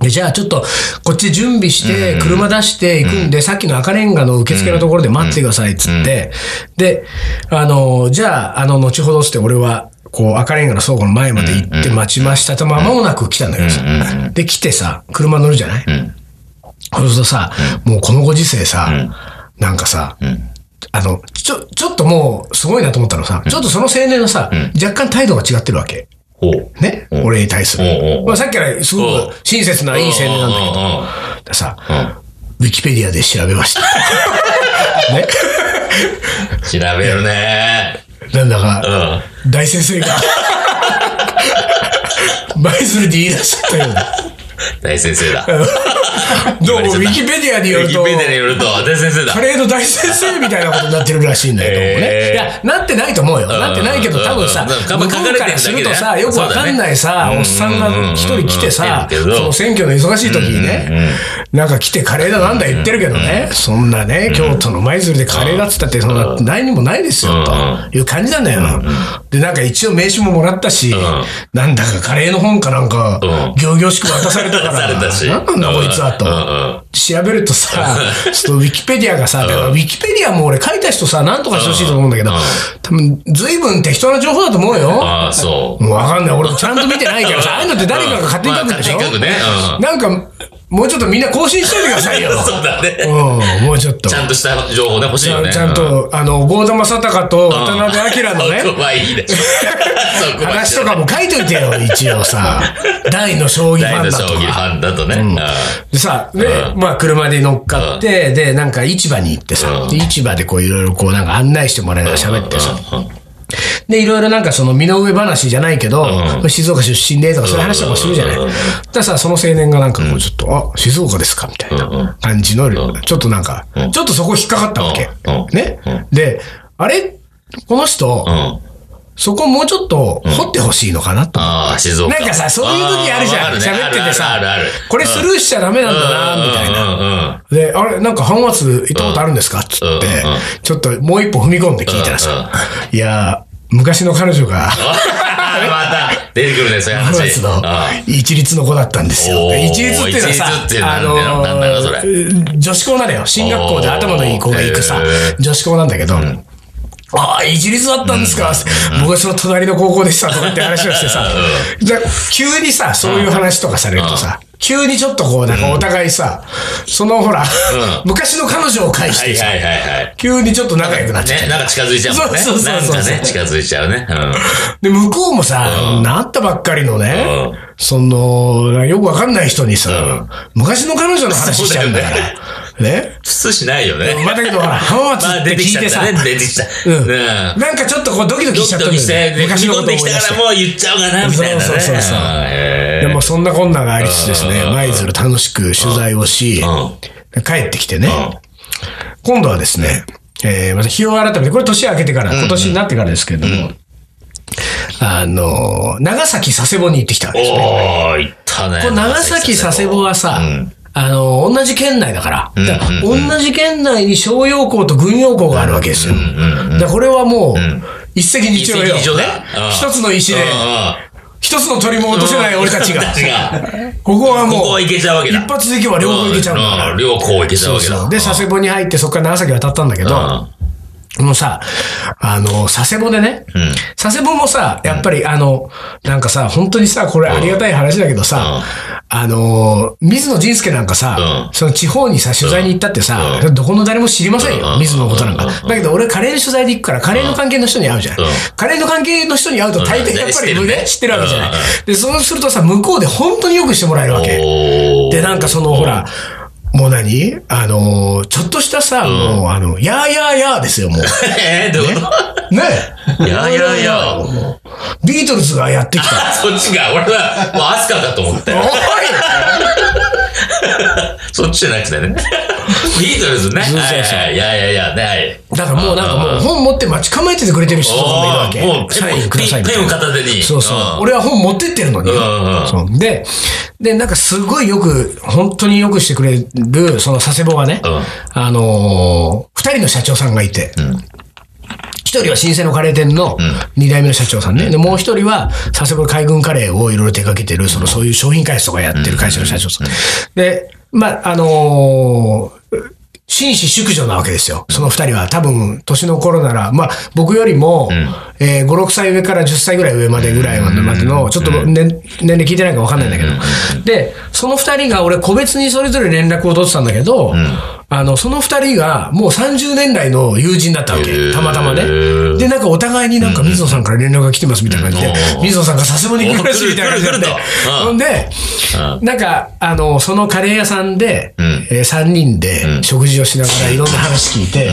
[SPEAKER 1] でじゃあちょっと、こっちで準備して、車出していくんで、さっきの赤レンガの受付のところで待ってくださいっつって、で、あの、じゃあ、あの、後ほどっつって俺は、こう赤レンガの倉庫の前まで行って待ちましたと、まあ間もなく来たのよ、で、来てさ、車乗るじゃない、そうするとさ、もうこのご時世さ、なんかさ、あの、ちょ、ちょっともうすごいなと思ったのさ、ちょっとその青年のさ、若干態度が違ってるわけ。
[SPEAKER 2] ほう。
[SPEAKER 1] ね、
[SPEAKER 2] うん
[SPEAKER 1] 俺に対す
[SPEAKER 2] うんうんう
[SPEAKER 1] る。
[SPEAKER 2] ん
[SPEAKER 1] まあさっきからす
[SPEAKER 2] う
[SPEAKER 1] ご
[SPEAKER 2] ん
[SPEAKER 1] く親切ないい青年なんだけど。
[SPEAKER 2] だ
[SPEAKER 1] でさ、ウィキペディアで調べま した。ね、
[SPEAKER 2] けど。調べるね。
[SPEAKER 1] なんだ
[SPEAKER 2] う
[SPEAKER 1] か、
[SPEAKER 2] ん。
[SPEAKER 1] 大 先生が、舞鶴で言い出しちゃったような。
[SPEAKER 2] 大先生だ。
[SPEAKER 1] どうも、ウィキ
[SPEAKER 2] 言われちゃった
[SPEAKER 1] ペディアによ
[SPEAKER 2] ウィ
[SPEAKER 1] る
[SPEAKER 2] キ
[SPEAKER 1] と、
[SPEAKER 2] ペディアによると、大先生だ
[SPEAKER 1] カ。レーの大先生みたいなことになってるらしいんだけどもね。
[SPEAKER 2] えー
[SPEAKER 1] いや、なってないと思うよ。なってないけど、多分さ、
[SPEAKER 2] うんうんうん
[SPEAKER 1] 向こうからすると
[SPEAKER 2] 書か
[SPEAKER 1] さ、
[SPEAKER 2] れて
[SPEAKER 1] よ
[SPEAKER 2] るだけでね
[SPEAKER 1] くわかんないさ、
[SPEAKER 2] そうだね
[SPEAKER 1] おっさんが一人来てさ、
[SPEAKER 2] うんうんうんうん
[SPEAKER 1] その選挙の忙しい時にね、なんか来てカレーだなんだ言ってるけどね、そんなね、京都の舞鶴でカレーだっつったって、そんな、何にもないですよ、という感じなんだよな。で、なんか一応名刺ももらったし、なんだかカレーの本かなんか
[SPEAKER 2] うん、
[SPEAKER 1] 行々しく渡されたか
[SPEAKER 2] され
[SPEAKER 1] ら、
[SPEAKER 2] たし。
[SPEAKER 1] なんなんだこいつは、と
[SPEAKER 2] うん。うん
[SPEAKER 1] 調べるとさ、 ちょっとウィキペディアがさ、だからウィキペディアも俺書いた人さ、なんとかしてほしいと思うんだけど
[SPEAKER 2] うん、
[SPEAKER 1] 多分、随分適当な情報だと思うよ。
[SPEAKER 2] ああ、そう。
[SPEAKER 1] もうわかんない。俺ちゃんと見てないからさ、ああいうのって誰かが勝手に書くんでしょ
[SPEAKER 2] まあ勝手に書くねうん
[SPEAKER 1] なんか、もうちょっとみんな更新しといてくださいよ。
[SPEAKER 2] そうだね。
[SPEAKER 1] うん、もうちょっと。
[SPEAKER 2] ちゃんとした情報ね、欲しい
[SPEAKER 1] ち
[SPEAKER 2] よ
[SPEAKER 1] ゃん
[SPEAKER 2] ね。
[SPEAKER 1] ちゃんと、あの、郷田正孝と渡辺明のね
[SPEAKER 2] そ、こはい いでそこはいい
[SPEAKER 1] 話とかも書いといてよ、一応 さ。大の将棋フ
[SPEAKER 2] 大
[SPEAKER 1] ァン
[SPEAKER 2] の
[SPEAKER 1] だと
[SPEAKER 2] 将棋フ
[SPEAKER 1] か。
[SPEAKER 2] ァンだとね。うん
[SPEAKER 1] でさ、ね、
[SPEAKER 2] うん
[SPEAKER 1] まあ車で乗っかって、で、なんか市場に行ってさ、
[SPEAKER 2] うん
[SPEAKER 1] で市場でこういろいろこうなんか案内してもらいながら喋ってさ、
[SPEAKER 2] うんうん
[SPEAKER 1] で、いろいろなんかその身の上話じゃないけど、
[SPEAKER 2] うん
[SPEAKER 1] 静岡出身でとかそういう話とかするじゃない。
[SPEAKER 2] うん
[SPEAKER 1] だからさ、その青年がなんかこうちょっと、あ、静岡ですかみたいな感じの、ちょっとなんか、
[SPEAKER 2] うん
[SPEAKER 1] ちょっとそこ引っかかったわけ。
[SPEAKER 2] うん
[SPEAKER 1] ね、
[SPEAKER 2] うん
[SPEAKER 1] で、あれこの人、
[SPEAKER 2] うん。
[SPEAKER 1] そこもうちょっと掘ってほしいのかなと思って
[SPEAKER 2] ああ、静岡。
[SPEAKER 1] なんかさ、そういう時あるじゃん。
[SPEAKER 2] ー
[SPEAKER 1] 喋っててさ、
[SPEAKER 2] あるあるあるある
[SPEAKER 1] これスルーしちゃダメなんだな、みたいな。
[SPEAKER 2] な。
[SPEAKER 1] で、あれ、なんか浜松行ったことあるんですかつって、
[SPEAKER 2] うんうん
[SPEAKER 1] ちょっともう一歩踏み込んで聞いたらさ、いやー、昔の彼女が、
[SPEAKER 2] また、出てくるね、そういう
[SPEAKER 1] 浜
[SPEAKER 2] 話。
[SPEAKER 1] 松の
[SPEAKER 2] うん
[SPEAKER 1] 一律の子だったんですよ。
[SPEAKER 2] おー
[SPEAKER 1] 一律っていうのはさ
[SPEAKER 2] 一律っていう、のは
[SPEAKER 1] あ
[SPEAKER 2] なんだよなんだよそ
[SPEAKER 1] の
[SPEAKER 2] れ
[SPEAKER 1] ー、女子校なのよ。進学校で頭のいい子が行くさ
[SPEAKER 2] おーへ、
[SPEAKER 1] 女子校なんだけど、ああ、一律だったんですか、僕はその隣の高校でしたとかって話をしてさ、じゃ急にさ、そういう話とかされるとさ、急にちょっとこう、なんかお互いさ、そのほら、昔の彼女を介し
[SPEAKER 2] はい
[SPEAKER 1] てさ、
[SPEAKER 2] はいはいはい。
[SPEAKER 1] 急にちょっと仲良くなっちゃって
[SPEAKER 2] ね、なんか近づいちゃうもんね。
[SPEAKER 1] そうそうそうそう
[SPEAKER 2] なんかね、近づいちゃうね。
[SPEAKER 1] で、向こうもさ、なったばっかりのね、
[SPEAKER 2] う
[SPEAKER 1] その、よくわかんない人にさ、昔の彼女の話しちゃうんだから
[SPEAKER 2] そうだよ。
[SPEAKER 1] ね。
[SPEAKER 2] 普通しないよね。
[SPEAKER 1] まあだけ ど、ほら、浜松
[SPEAKER 2] ま
[SPEAKER 1] っ
[SPEAKER 2] あ、
[SPEAKER 1] て
[SPEAKER 2] 出て
[SPEAKER 1] 聞
[SPEAKER 2] き
[SPEAKER 1] い
[SPEAKER 2] ちゃ
[SPEAKER 1] て
[SPEAKER 2] っ
[SPEAKER 1] さ
[SPEAKER 2] た、ね。出てきた。
[SPEAKER 1] うん
[SPEAKER 2] うん
[SPEAKER 1] なんかちょっとこうドキドキ
[SPEAKER 2] ド
[SPEAKER 1] しちゃった
[SPEAKER 2] キド
[SPEAKER 1] ん
[SPEAKER 2] キし
[SPEAKER 1] だ
[SPEAKER 2] て
[SPEAKER 1] よ、ね。昔
[SPEAKER 2] 昔
[SPEAKER 1] の
[SPEAKER 2] の
[SPEAKER 1] こ
[SPEAKER 2] ことと
[SPEAKER 1] 思い
[SPEAKER 2] で
[SPEAKER 1] 出
[SPEAKER 2] きた
[SPEAKER 1] し
[SPEAKER 2] か
[SPEAKER 1] て
[SPEAKER 2] ら。もう言っちゃおうかな、みたいなね。
[SPEAKER 1] そうそうそうそう
[SPEAKER 2] へ
[SPEAKER 1] でもそんなこんながありつつですね、
[SPEAKER 2] うん
[SPEAKER 1] 舞鶴楽しく取材をし、で帰ってきてね、今度はですね、えーまた日を改めて、これ年明けてから、今年になってからですけれども、あの、長崎佐世保に行ってきたわけですね。
[SPEAKER 2] おー、行ったね。
[SPEAKER 1] これ長崎佐世保はさ、
[SPEAKER 2] うん
[SPEAKER 1] あの、同じ県内だから、
[SPEAKER 2] ん
[SPEAKER 1] だから同じ県内に商用校と軍用校があるわけですよ。だからこれはもう、一石二
[SPEAKER 2] 一
[SPEAKER 1] 鳥よ。
[SPEAKER 2] 石二鳥だ
[SPEAKER 1] ね
[SPEAKER 2] うん
[SPEAKER 1] 一つの石で
[SPEAKER 2] う、んうん
[SPEAKER 1] 一つの鳥も落とせない俺た ちが。
[SPEAKER 2] 俺たちが
[SPEAKER 1] ここはもう、
[SPEAKER 2] ここは行けちゃうわけだ。
[SPEAKER 1] 一発で今日は両方行けちゃうんだから
[SPEAKER 2] んん両方行けちゃうわけ
[SPEAKER 1] そ
[SPEAKER 2] だ。
[SPEAKER 1] うで、佐世保に入ってそこから長崎渡ったんだけど、
[SPEAKER 2] 保。
[SPEAKER 1] もうさ、あの、佐世保でね、
[SPEAKER 2] うん。
[SPEAKER 1] 佐世保もさ、やっぱりあの、なんかさ、本当にさ、これありがたい話だけどさ、あのー、水野仁介なんかさ
[SPEAKER 2] う、ん
[SPEAKER 1] その地方にさ、取材に行ったってさ、どこの誰も知りません
[SPEAKER 2] うんう
[SPEAKER 1] よ、
[SPEAKER 2] ん
[SPEAKER 1] 水野のことなんか
[SPEAKER 2] うん。
[SPEAKER 1] だけど俺カレーの取材で行くから、カレーの関係の人に会うじゃん
[SPEAKER 2] うん。
[SPEAKER 1] カレーの関係の人に会うと大抵
[SPEAKER 2] うん
[SPEAKER 1] やっぱり
[SPEAKER 2] 知ってるね
[SPEAKER 1] ね、知ってるわけじゃない
[SPEAKER 2] うんうん。
[SPEAKER 1] で、そうするとさ、向こうで本当によくしてもらえるわけ。
[SPEAKER 2] おー
[SPEAKER 1] で、なんかその、ほら、もう何あのー、ちょっとしたさ、もう、あの、やーやーやーですよ、もう。
[SPEAKER 2] えー、どういうこと
[SPEAKER 1] ね
[SPEAKER 2] いやいやいや
[SPEAKER 1] もうビートルズがやってきた。
[SPEAKER 2] あそっちが、俺は、もうアスカかと思った
[SPEAKER 1] おい
[SPEAKER 2] よ。そっちじゃな くてね。ビートルズね。
[SPEAKER 1] そうそうそう
[SPEAKER 2] はいはいいやいやいや、ね、はい。
[SPEAKER 1] だからもうなんかもう本持って待ち構えててくれてる人とかもいるわけ。
[SPEAKER 2] おーもう
[SPEAKER 1] サインくださいみたいな
[SPEAKER 2] ペンを片手に
[SPEAKER 1] そうそう
[SPEAKER 2] う。ん
[SPEAKER 1] 俺は本持ってってるのに。
[SPEAKER 2] んうん
[SPEAKER 1] そうで、で、なんかすごいよく、本当によくしてくれる、その佐世保がね、
[SPEAKER 2] うん
[SPEAKER 1] あのー二人の社長さんがいて、一人は新生のカレー店の二代目の社長さんね。で、もう一人は佐世保海軍カレーをいろいろ手掛けてる、その、そういう商品開発とかやってる会社の社長さん。で、まあ、あのー紳士淑女なわけですよ。その二人は。多分、年の頃なら、まあ、僕よりも、えー5、6歳上から10歳ぐらい上までぐらいまでの、ちょっと年年齢聞いてないか分かんないんだけど。で、その二人が、俺、個別にそれぞれ連絡を取ってたんだけど、あの、その二人が、もう30年来の友人だったわ
[SPEAKER 2] へ
[SPEAKER 1] け。
[SPEAKER 2] ー
[SPEAKER 1] たまたまね。で、なんかお互いになんか水野さんから連絡が来てますみたいな感じで
[SPEAKER 2] う、ん
[SPEAKER 1] 水野さんがさすがに来るらしいみたいな感じで
[SPEAKER 2] 来る来る来るとうん
[SPEAKER 1] ほんで、なんか、あの、そのカレー屋さんで、
[SPEAKER 2] ん
[SPEAKER 1] えー3人で食事をしながらいろんな話聞いて、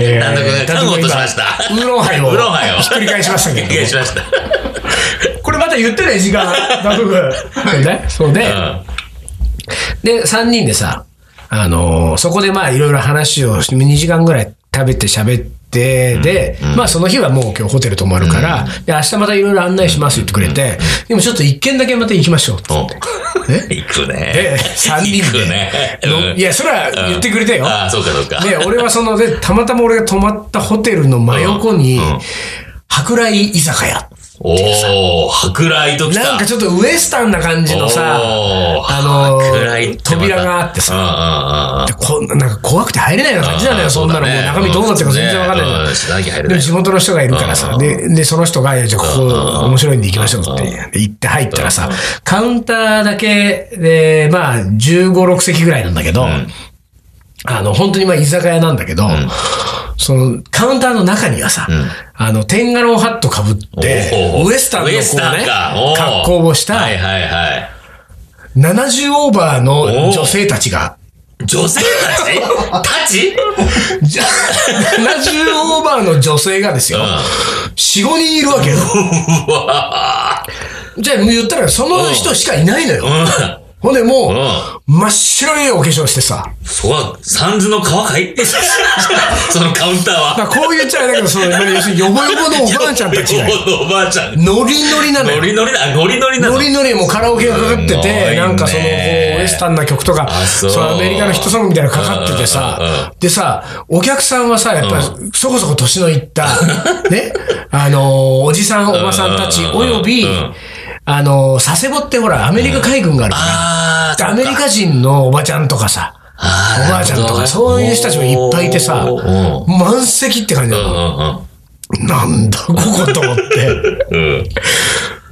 [SPEAKER 1] えー
[SPEAKER 2] なんとか、看護としました。
[SPEAKER 1] ウーロンハイを
[SPEAKER 2] ウーロンハイを
[SPEAKER 1] ひっくり返しましたけど
[SPEAKER 2] お 願いしました。
[SPEAKER 1] これまた言ってない時間、だとく。ね、そうで、
[SPEAKER 2] うん
[SPEAKER 1] で、3人でさ、あのーそこでまあいろいろ話をして、2時間ぐらい食べて喋って、で、まあその日はもう今日ホテル泊まるから、で、明日またいろいろ案内しますって言ってくれて、でもちょっと一軒だけまた行きま しょうって言って。え
[SPEAKER 2] 行く
[SPEAKER 1] で
[SPEAKER 2] ね。
[SPEAKER 1] 3人
[SPEAKER 2] 行
[SPEAKER 1] で
[SPEAKER 2] くね。
[SPEAKER 1] の
[SPEAKER 2] うん
[SPEAKER 1] いや、それは言ってくれたよ。
[SPEAKER 2] ああ、そうかそうか。
[SPEAKER 1] で、俺はその、で、たまたま俺が泊まったホテルの真横に
[SPEAKER 2] うんうん、
[SPEAKER 1] 舶来居酒屋。
[SPEAKER 2] おお舶来ときた。
[SPEAKER 1] なんかちょっとウエスタンな感じのさ、
[SPEAKER 2] おー
[SPEAKER 1] あのー
[SPEAKER 2] 舶来ってまた
[SPEAKER 1] 扉があってさ
[SPEAKER 2] うんうんうんうん
[SPEAKER 1] でこんな、なんか怖くて入れないような感じなんだよ、そんなの。もう中身どうなってるか全然わかんないじゃん
[SPEAKER 2] い。しなきゃ
[SPEAKER 1] で
[SPEAKER 2] 入れな
[SPEAKER 1] も
[SPEAKER 2] い。
[SPEAKER 1] 地元の人がいるからさ、で、で、その人が、いやじゃあここ面白いんで行きましょうって、で行って入ったらさ、カウンターだけで、まあ、15、6席ぐらいなんだけど、あの、本当にまあ居酒屋なんだけど、その、カウンターの中にはさ、あの、テンガロンハットかぶって
[SPEAKER 2] お、ー
[SPEAKER 1] ウエスタンのこう
[SPEAKER 2] ウエスタン
[SPEAKER 1] ね
[SPEAKER 2] かおー、
[SPEAKER 1] 格好をした
[SPEAKER 2] はい、はいはい。
[SPEAKER 1] 70オーバーの女性たちが、
[SPEAKER 2] 女性たちたち
[SPEAKER 1] じゃ70オーバーの女性がですよ、4、5人いるわけよ。
[SPEAKER 2] うわ
[SPEAKER 1] じゃあ、言ったら、その人しかいないのよ。
[SPEAKER 2] ぁ。
[SPEAKER 1] ほんで、も
[SPEAKER 2] うん。う
[SPEAKER 1] う、
[SPEAKER 2] ん。
[SPEAKER 1] 真っ白いお化粧してさ。
[SPEAKER 2] そは、サンズの皮かいそのカウンターは。
[SPEAKER 1] まあ、こう言っちゃあれだけど、その、まあ要するに、ヨボヨボのおばあちゃん たちが、
[SPEAKER 2] おばあちゃん。
[SPEAKER 1] ノリノリなの
[SPEAKER 2] ノ
[SPEAKER 1] よ。
[SPEAKER 2] リノリだ、ノリノリなの。
[SPEAKER 1] ノリノリもうカラオケがかかって
[SPEAKER 2] すごい
[SPEAKER 1] て、
[SPEAKER 2] ね
[SPEAKER 1] なんかその、こう、ウエスタンな曲とか、
[SPEAKER 2] あそう
[SPEAKER 1] そのアメリカのヒットソングみたいなのかかってて
[SPEAKER 2] うんうん
[SPEAKER 1] さ、でさ、お客さんはさ、やっぱり、そこそこ年のい った、ね、あの、おじさん、おばさんたち、
[SPEAKER 2] うん
[SPEAKER 1] および
[SPEAKER 2] うん、
[SPEAKER 1] あの、佐世保ってほら、アメリカ海軍があるから、
[SPEAKER 2] あ
[SPEAKER 1] で
[SPEAKER 2] ー、
[SPEAKER 1] アメリカ人のおばちゃんとかさ、
[SPEAKER 2] あー
[SPEAKER 1] おばあちゃんとか、そういう人たちもいっぱいいてさ
[SPEAKER 2] おーうん、
[SPEAKER 1] 満席って感じなの。なんだ、ここと思って。
[SPEAKER 2] うんうんうん。うん。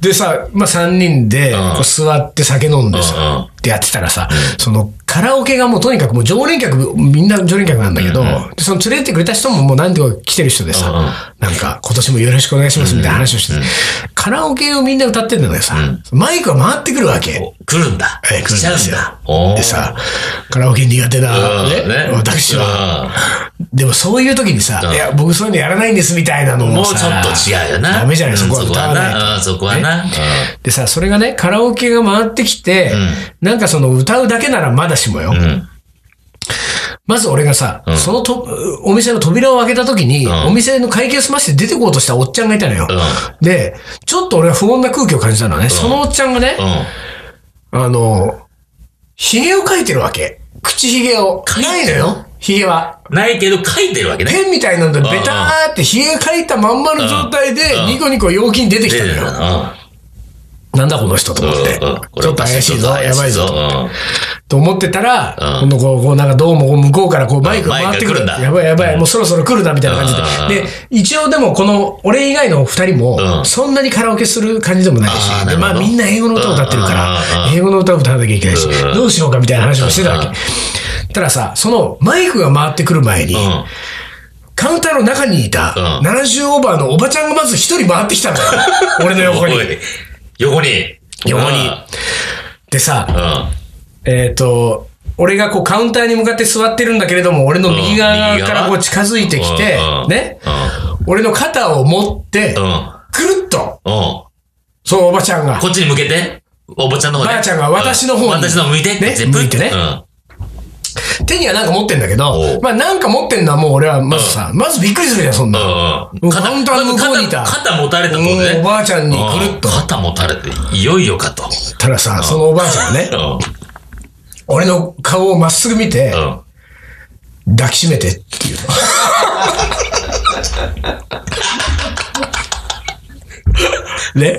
[SPEAKER 1] でさ、まあ、3人で、こう座って酒飲んで
[SPEAKER 2] うんうん
[SPEAKER 1] さ、ってやってたらさ、その、カラオケがもうとにかくもう常連客、みんな常連客なんだけど、でその連れてってくれた人ももう何ていうか来てる人で
[SPEAKER 2] うんうん
[SPEAKER 1] さ、なんか、今年もよろしくお願いしますみたいな話をしてて、カラオケをみんな歌ってんだけどさ、マイクが回ってくるわけ。
[SPEAKER 2] 来るんだ。
[SPEAKER 1] えー来
[SPEAKER 2] 来ち
[SPEAKER 1] るん
[SPEAKER 2] ゃう
[SPEAKER 1] で
[SPEAKER 2] ん
[SPEAKER 1] すよ
[SPEAKER 2] だ。おー
[SPEAKER 1] でさ、カラオケ苦手な、
[SPEAKER 2] うん
[SPEAKER 1] ね
[SPEAKER 2] ね
[SPEAKER 1] 私は。でもそういう時にさ、
[SPEAKER 2] ん
[SPEAKER 1] いや、僕そういうのやらないんですみたいなの
[SPEAKER 2] も
[SPEAKER 1] も
[SPEAKER 2] うちょ
[SPEAKER 1] さ
[SPEAKER 2] っと違うよな。
[SPEAKER 1] ダメじゃない、そこは歌わないと。
[SPEAKER 2] うんそこはな。うんそこはな。うん
[SPEAKER 1] でさ、それがね、カラオケが回ってきて、なんかその歌うだけならまだしもよ。
[SPEAKER 2] ん
[SPEAKER 1] まず俺がさ、そのと、お店の扉を開けた時に、お店の会計を済ませて出てこうとしたおっちゃんがいたのよ。
[SPEAKER 2] う
[SPEAKER 1] で、ちょっと俺は不穏な空気を感じたのね。そのおっちゃんがね、
[SPEAKER 2] うん。
[SPEAKER 1] あの、髭を描いてるわけ。口髭を。
[SPEAKER 2] 描いてる
[SPEAKER 1] ないのよ。髭は。
[SPEAKER 2] ないけど書いてるわけね。
[SPEAKER 1] ペンみたいなんでベターって髭が描いたまんまの状態で
[SPEAKER 2] うん、
[SPEAKER 1] ニコニコ陽気に出てき
[SPEAKER 2] 出
[SPEAKER 1] た
[SPEAKER 2] て
[SPEAKER 1] の
[SPEAKER 2] るか
[SPEAKER 1] よ。
[SPEAKER 2] な。
[SPEAKER 1] なんだこの人と思って。ち
[SPEAKER 2] うんうん
[SPEAKER 1] ょっと怪しいぞ、やばいぞ。。と思ってたら、
[SPEAKER 2] う
[SPEAKER 1] 今
[SPEAKER 2] ん
[SPEAKER 1] 度こう、こうなんかどうもこう向こうからこうバイクが
[SPEAKER 2] うん
[SPEAKER 1] 回ってくる。
[SPEAKER 2] バイクが来るんだ
[SPEAKER 1] やばいやばい、もうそろそろ来るなみたいな感じで。
[SPEAKER 2] う
[SPEAKER 1] で、
[SPEAKER 2] ん
[SPEAKER 1] 一応でもこの、俺以外の二人
[SPEAKER 2] う
[SPEAKER 1] も、
[SPEAKER 2] ん
[SPEAKER 1] そんなにカラオケする感じでもない
[SPEAKER 2] あ
[SPEAKER 1] し、
[SPEAKER 2] ー
[SPEAKER 1] で
[SPEAKER 2] なるほ
[SPEAKER 1] まあ
[SPEAKER 2] ど
[SPEAKER 1] みんな英語の歌を歌ってるから
[SPEAKER 2] うんうんう、ん
[SPEAKER 1] 英語の歌を歌わなきゃいけないし
[SPEAKER 2] う、ん
[SPEAKER 1] どうしようかみたいな話をしてた
[SPEAKER 2] う
[SPEAKER 1] わ
[SPEAKER 2] ん
[SPEAKER 1] け。たださ、そのマイクが回ってくる前に、
[SPEAKER 2] うんうん。
[SPEAKER 1] カウンターの中にいた
[SPEAKER 2] うん
[SPEAKER 1] 70オーバーのおばちゃんがまず一人回ってき たんだよ。俺の横に
[SPEAKER 2] お。い。横に。
[SPEAKER 1] 横に
[SPEAKER 2] うん
[SPEAKER 1] でさ、
[SPEAKER 2] うん。
[SPEAKER 1] えっ、と、俺がこうカウンターに向かって座ってるんだけれども、俺の右側からこう近づいてきて
[SPEAKER 2] うん、
[SPEAKER 1] ね、
[SPEAKER 2] う
[SPEAKER 1] 俺の肩を持って、
[SPEAKER 2] ん。うん。
[SPEAKER 1] くるっと、
[SPEAKER 2] うん。
[SPEAKER 1] そのおばちゃんが
[SPEAKER 2] こ、っちに向けて。おばちゃんの方ね
[SPEAKER 1] ばあちゃんが私の方に
[SPEAKER 2] うん私の方向いて。
[SPEAKER 1] ね
[SPEAKER 2] 全部
[SPEAKER 1] 向いてね
[SPEAKER 2] うん。
[SPEAKER 1] 手にはなんか持ってんだけ
[SPEAKER 2] お
[SPEAKER 1] ど、
[SPEAKER 2] う
[SPEAKER 1] まあなんか持ってんのはもう俺はまずさ、まずびっくりするじゃん、そんな。
[SPEAKER 2] うん。
[SPEAKER 1] カウンターの向こうにいた
[SPEAKER 2] まず肩肩持たれたと
[SPEAKER 1] もうおばあちゃんにくるっと。
[SPEAKER 2] 肩持たれて、いよいよかと。
[SPEAKER 1] たらさ、そのおばあちゃんがね
[SPEAKER 2] う、ん。うん。
[SPEAKER 1] 俺の顔をまっすぐ見て、抱きしめてって いうの。ね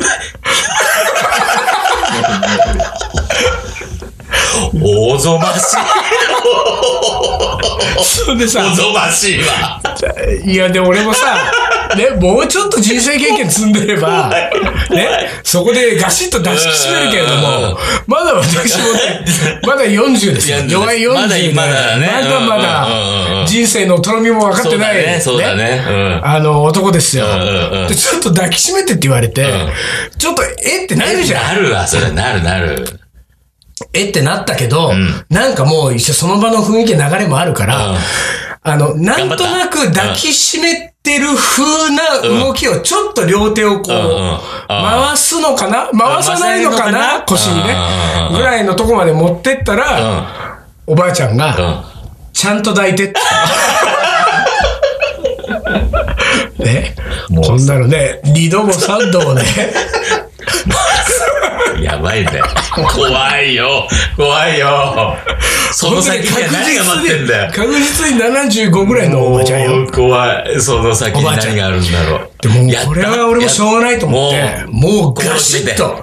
[SPEAKER 2] おぞま しい。
[SPEAKER 1] それでさ
[SPEAKER 2] おぞましいわ。
[SPEAKER 1] いや、で、俺もさ、ね、もうちょっと人生経験積んでれば、ね、そこでガシッと抱きしめるけれど
[SPEAKER 2] うん
[SPEAKER 1] も、まだ私もね、まだ40ですよ。
[SPEAKER 2] 40です
[SPEAKER 1] 弱い40で。
[SPEAKER 2] まだまだね
[SPEAKER 1] まだま
[SPEAKER 2] うんうんうんう
[SPEAKER 1] だ
[SPEAKER 2] ん
[SPEAKER 1] 人生のとろみも分かってない。
[SPEAKER 2] そうだねそうだねうん
[SPEAKER 1] あの、男ですよ
[SPEAKER 2] うんうんう。ん
[SPEAKER 1] で、ちょっと抱きしめてって言われて、
[SPEAKER 2] ん
[SPEAKER 1] ちょっと、えってなるじゃん。
[SPEAKER 2] なるわ、それ。なるなる。
[SPEAKER 1] えってなったけど、なんかもう一緒その場の雰囲気流れもあるから、
[SPEAKER 2] うん
[SPEAKER 1] あの、なんとなく抱きしめってる風な動きをちょっと両手をこう、
[SPEAKER 2] うんあ
[SPEAKER 1] 回すのかな回さないのか
[SPEAKER 2] 回さないのか
[SPEAKER 1] な
[SPEAKER 2] な
[SPEAKER 1] 腰にね
[SPEAKER 2] うんうんうん。うん
[SPEAKER 1] ぐらいのとこまで持ってったら、おばあちゃん
[SPEAKER 2] うん。
[SPEAKER 1] が、ちゃんと抱いてっ て。ね。
[SPEAKER 2] もう
[SPEAKER 1] こんなのね、二度も三度も ね、
[SPEAKER 2] うん。やばいね。怖いよ。怖いよ。その先には何が待ってんだ よ。
[SPEAKER 1] 確実に75ぐらいのおばあちゃんよ。
[SPEAKER 2] もう怖い。その先に
[SPEAKER 1] おばあちゃん
[SPEAKER 2] 何があるんだろう。
[SPEAKER 1] でも
[SPEAKER 2] やっ、た
[SPEAKER 1] これは俺もしょうがないと思って
[SPEAKER 2] や、
[SPEAKER 1] もうガシッと
[SPEAKER 2] こう、し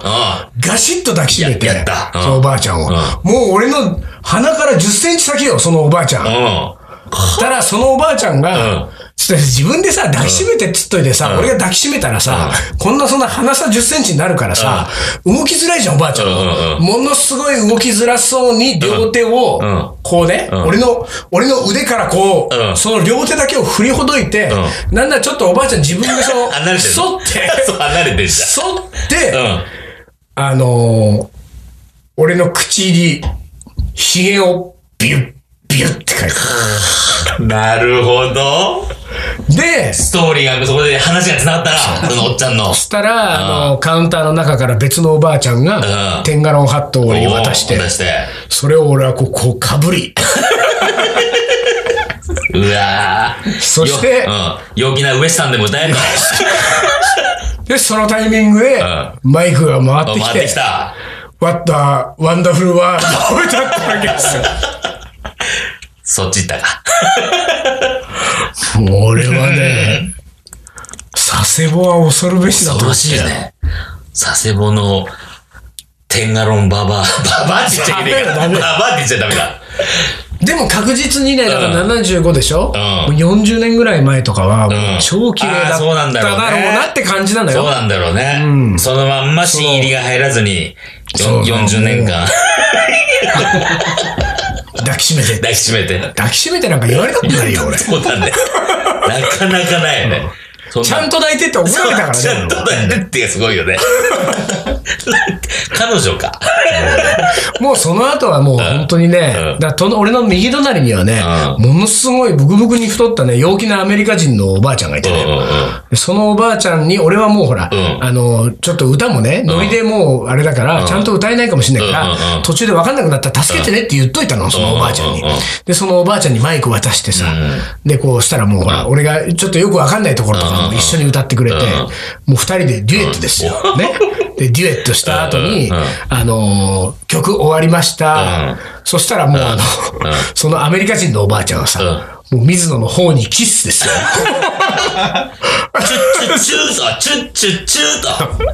[SPEAKER 2] て
[SPEAKER 1] ガシッと抱きしめて、
[SPEAKER 2] ややったうん
[SPEAKER 1] そのおばあちゃんを。
[SPEAKER 2] うん
[SPEAKER 1] もう俺の鼻から10センチ先よ、そのおばあちゃん。
[SPEAKER 2] う
[SPEAKER 1] し
[SPEAKER 2] ん。
[SPEAKER 1] たら、そのおばあちゃんが、
[SPEAKER 2] うん
[SPEAKER 1] ちょっと自分でさ、抱きしめてっつっといてさ、俺が抱きしめたらさ、こんなそんな鼻さ10センチになるからさ、動きづらいじゃん、おばあちゃんも。
[SPEAKER 2] うんうんうん
[SPEAKER 1] ものすごい動きづらそうに両手を、
[SPEAKER 2] うんうん
[SPEAKER 1] こうね、
[SPEAKER 2] ん
[SPEAKER 1] 俺の、俺の腕からこう、
[SPEAKER 2] うん
[SPEAKER 1] その両手だけを振りほどいて、
[SPEAKER 2] う
[SPEAKER 1] なんならちょっとおばあちゃん自分がその、
[SPEAKER 2] 離れてる。
[SPEAKER 1] 反って、
[SPEAKER 2] そう、離れてるじ
[SPEAKER 1] そって、
[SPEAKER 2] ゃん。うん。
[SPEAKER 1] あのー俺の口に、ひげをビュッ、ビュッって書い
[SPEAKER 2] なるほど。
[SPEAKER 1] て。で、そ
[SPEAKER 2] ストーリーがそこで話が繋がったら、そのおっちゃんの。
[SPEAKER 1] したら、あのーカウンターの中から別のおばあちゃん
[SPEAKER 2] う
[SPEAKER 1] が
[SPEAKER 2] ん、
[SPEAKER 1] テンガロンハットを俺に渡して
[SPEAKER 2] おー、渡して。
[SPEAKER 1] それを俺はこう、こうかぶ り。
[SPEAKER 2] うわー
[SPEAKER 1] そして
[SPEAKER 2] ようん。陽気なウエスタンでも歌えるの。
[SPEAKER 1] で、そのタイミングで、
[SPEAKER 2] う
[SPEAKER 1] マイクが回ってき
[SPEAKER 2] 回って
[SPEAKER 1] て
[SPEAKER 2] き、た。
[SPEAKER 1] What the wonderful world を歌ったわけです よ。
[SPEAKER 2] そっち行ったか。
[SPEAKER 1] もう俺はね、佐世保は恐るべしだと思
[SPEAKER 2] 恐ろ
[SPEAKER 1] っ
[SPEAKER 2] しい
[SPEAKER 1] て。
[SPEAKER 2] ね。佐世保の、テンガロンババア。ババアって言っちゃいけねえから。
[SPEAKER 1] ダメ
[SPEAKER 2] バ
[SPEAKER 1] だ
[SPEAKER 2] バアって言っちゃダメだ。
[SPEAKER 1] でも確実にね、だから75でしょ、
[SPEAKER 2] うん
[SPEAKER 1] もう40年ぐらい前とかは、もうんう超綺麗だ
[SPEAKER 2] あー
[SPEAKER 1] った
[SPEAKER 2] そうなんだ
[SPEAKER 1] だ
[SPEAKER 2] ろうね
[SPEAKER 1] ろうなって感じなの
[SPEAKER 2] そう
[SPEAKER 1] よ。
[SPEAKER 2] なんだろうね。そのまんま新入りが入らずに、よん
[SPEAKER 1] そう
[SPEAKER 2] 40年間
[SPEAKER 1] 抱きしめて。
[SPEAKER 2] 抱きしめて。
[SPEAKER 1] 抱きしめてなんか言われたことない よ、俺。
[SPEAKER 2] そうなんだよ。なかなかないよね。そんな
[SPEAKER 1] ちゃんと抱いてって思われたからね。
[SPEAKER 2] ちゃんとだねってすごいよね。 彼女か。
[SPEAKER 1] もうその後はもう本当にね、
[SPEAKER 2] う
[SPEAKER 1] だ
[SPEAKER 2] ん
[SPEAKER 1] からとの俺の右隣にはね、
[SPEAKER 2] う
[SPEAKER 1] ものすごいブクブクに太ったね、陽気なアメリカ人のおばあちゃんがいて
[SPEAKER 2] うん
[SPEAKER 1] ね。
[SPEAKER 2] うんうん。
[SPEAKER 1] でそのおばあちゃんに、俺はもうほら、
[SPEAKER 2] うん
[SPEAKER 1] あの、ちょっと歌もね、ノリでもうあれだから、ちゃんと歌えないかもしれないから、
[SPEAKER 2] うんうんうん
[SPEAKER 1] 途中で分かんなくなったら助けてねって言っといたの、そのおばあちゃんに。
[SPEAKER 2] うんうんうん
[SPEAKER 1] で、そのおばあちゃんにマイク渡してさ、で、こうしたらもうほら、俺がちょっとよく分かんないところとかも一緒に歌ってくれて、
[SPEAKER 2] うんうん
[SPEAKER 1] もう二人でデュエットですよ。ね。で、デュエットした後に、
[SPEAKER 2] うんうん
[SPEAKER 1] あのー曲終わりました。
[SPEAKER 2] うん
[SPEAKER 1] そしたらもうあの、
[SPEAKER 2] うん
[SPEAKER 1] そのアメリカ人のおばあちゃんはさ、もう水野の方にキスですよ。
[SPEAKER 2] チュッチュッチューと、チュッチュッチューと。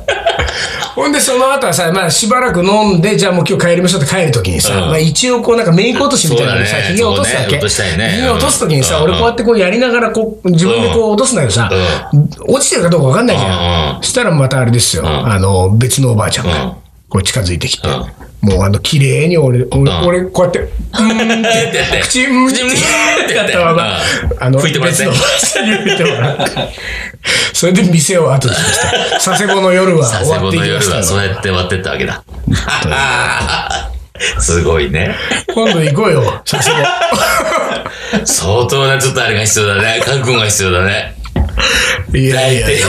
[SPEAKER 1] ほんで、その後はさ、まあ、しばらく飲んで、じゃあもう今日帰りましょうって帰るときにさ、
[SPEAKER 2] うん
[SPEAKER 1] まあ、一応こうなんかメイク落としみたいなのにさ、
[SPEAKER 2] そうだね
[SPEAKER 1] 髭を落とすだ
[SPEAKER 2] そうね
[SPEAKER 1] け。
[SPEAKER 2] 落としたいね
[SPEAKER 1] 髭を落とすときにさ、
[SPEAKER 2] うん
[SPEAKER 1] 俺こうやってこうやりながら、こう、自分でこう落とすんだけどさ、落ちてるかどうかわかんないじゃ
[SPEAKER 2] う
[SPEAKER 1] ん。
[SPEAKER 2] ん
[SPEAKER 1] そしたらまたあれですよ、あの、別のおばあちゃん
[SPEAKER 2] うん
[SPEAKER 1] が、こう近づいてきて
[SPEAKER 2] うん、
[SPEAKER 1] もうあの、綺麗に俺、俺、俺こうやって、うーんって
[SPEAKER 2] ってやって。
[SPEAKER 1] 口、うんって
[SPEAKER 2] 口うんってや
[SPEAKER 1] やっ
[SPEAKER 2] っ
[SPEAKER 1] てたまま、
[SPEAKER 2] うん
[SPEAKER 1] あの、
[SPEAKER 2] 拭いてもらって
[SPEAKER 1] 別のおばあちゃんに拭いてもらって。それで店を後にしました。佐世保の夜は
[SPEAKER 2] 佐
[SPEAKER 1] 終
[SPEAKER 2] 世
[SPEAKER 1] わっ
[SPEAKER 2] 保
[SPEAKER 1] てい
[SPEAKER 2] の
[SPEAKER 1] きま
[SPEAKER 2] 夜
[SPEAKER 1] し
[SPEAKER 2] は
[SPEAKER 1] た
[SPEAKER 2] そう
[SPEAKER 1] よ。
[SPEAKER 2] やって終わってったわけだ。 すごいね。
[SPEAKER 1] 今度行こうよ、 佐世
[SPEAKER 2] 相当なちょっとあれが必要だね。覚悟が必要だね。
[SPEAKER 1] 保。いやいやいや。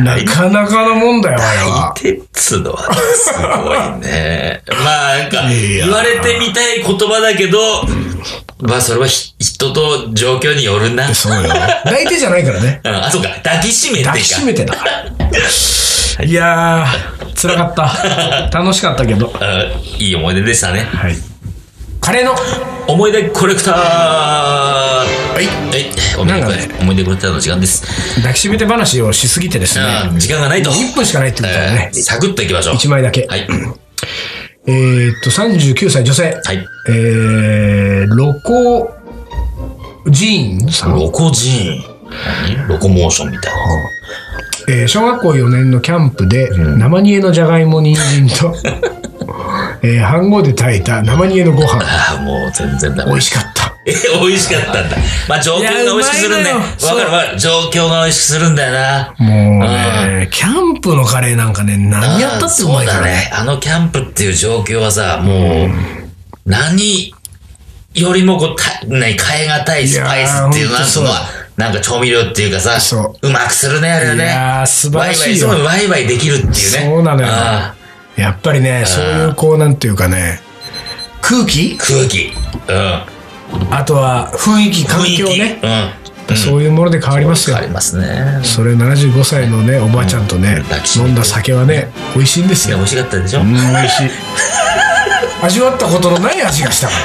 [SPEAKER 1] なかなかのもんだよ、あれは。
[SPEAKER 2] てっつうのはすごいね。 まあなんか、
[SPEAKER 1] いや
[SPEAKER 2] 言われてみたい言葉だけど、まあそれはひ人と状況によるな。
[SPEAKER 1] そうよ。抱いてじゃないからね。
[SPEAKER 2] うん、あ、そうか。抱きしめてか。
[SPEAKER 1] 抱きしめてだから。 いやー、辛かった。楽しかったけど。
[SPEAKER 2] うんいい思い出でしたね。
[SPEAKER 1] はい。カレーの。
[SPEAKER 2] 思い出コレクターはい。おめでとう
[SPEAKER 1] なんか
[SPEAKER 2] 思い出コレクターの時間です。
[SPEAKER 1] 抱きしめて話をしすぎてですね。
[SPEAKER 2] うん時間がないと。
[SPEAKER 1] 1分しかないってことだね
[SPEAKER 2] えー。サクッといきましょう。
[SPEAKER 1] 1枚だけ。
[SPEAKER 2] はい。
[SPEAKER 1] えーっと、39歳女性。
[SPEAKER 2] はい。
[SPEAKER 1] えー、ロコジーンさん。
[SPEAKER 2] ロコジーン。何ロコモーションみたいな。
[SPEAKER 1] えー小学校4年のキャンプで、生煮えのじゃがいも、人参と、えー、飯盒で炊いた生煮えのご飯。
[SPEAKER 2] ああ、もう全然ダメ
[SPEAKER 1] 美。味しかった。
[SPEAKER 2] え、 美味しかったんだ。まあ、状況が美味しくするん
[SPEAKER 1] い
[SPEAKER 2] だよ。わ
[SPEAKER 1] やうまいのよ
[SPEAKER 2] かるわかる。状況が美味しくするんだよな。
[SPEAKER 1] もうね、キャンプのカレーなんかね、何やったってうまいか
[SPEAKER 2] そう
[SPEAKER 1] ら
[SPEAKER 2] だ
[SPEAKER 1] ね。
[SPEAKER 2] ね。あのキャンプっていう状況はさ、もう、何よりもこう、た、ね、変え難いスパイスってい
[SPEAKER 1] いやー
[SPEAKER 2] うの
[SPEAKER 1] ほん
[SPEAKER 2] は、
[SPEAKER 1] と
[SPEAKER 2] そ
[SPEAKER 1] そう
[SPEAKER 2] の、なんか調味料っていうかさ、
[SPEAKER 1] そう
[SPEAKER 2] まくするね、あれはね。
[SPEAKER 1] いやー素晴らしいよ
[SPEAKER 2] ワイワイ、そう、ワイワイできるっていうね。
[SPEAKER 1] そうなのよ
[SPEAKER 2] あ
[SPEAKER 1] やっぱりね、そういうこう、なんていうかね、空気
[SPEAKER 2] ー空気。う
[SPEAKER 1] あとは雰囲気、環
[SPEAKER 2] ん。雰囲気。
[SPEAKER 1] 境ね。
[SPEAKER 2] うん。
[SPEAKER 1] そういうもので変わりますよ
[SPEAKER 2] あ。りますね。
[SPEAKER 1] それ75歳のね、おばあちゃんとね
[SPEAKER 2] うん抱き、しめ
[SPEAKER 1] 飲
[SPEAKER 2] て
[SPEAKER 1] んだ酒はね、美味しいんです
[SPEAKER 2] いや、
[SPEAKER 1] よ。
[SPEAKER 2] 美味しかったでしょ、
[SPEAKER 1] うん、美味しい。 味わったことのない味がしたから。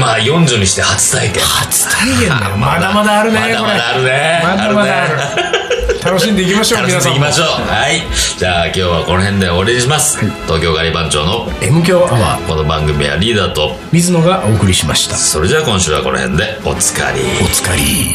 [SPEAKER 2] まあ、40にして初体験。
[SPEAKER 1] 初体験 だよ。まだまだあるね、こ
[SPEAKER 2] ま
[SPEAKER 1] れ。
[SPEAKER 2] だまだあるね。
[SPEAKER 1] まだまだあ
[SPEAKER 2] ね。
[SPEAKER 1] る。楽しんでいきましょう、
[SPEAKER 2] 楽し
[SPEAKER 1] 皆
[SPEAKER 2] んで
[SPEAKER 1] さ
[SPEAKER 2] い
[SPEAKER 1] ん
[SPEAKER 2] き
[SPEAKER 1] も
[SPEAKER 2] ま。しょう。はい。じゃあ、今日はこの辺で終わりにします。東京ガリ番長の
[SPEAKER 1] M 強アワー、
[SPEAKER 2] この番組はリーダーと、
[SPEAKER 1] 水野がお送りしました。
[SPEAKER 2] それじゃあ今週はこの辺でおつかり。
[SPEAKER 1] お疲れ。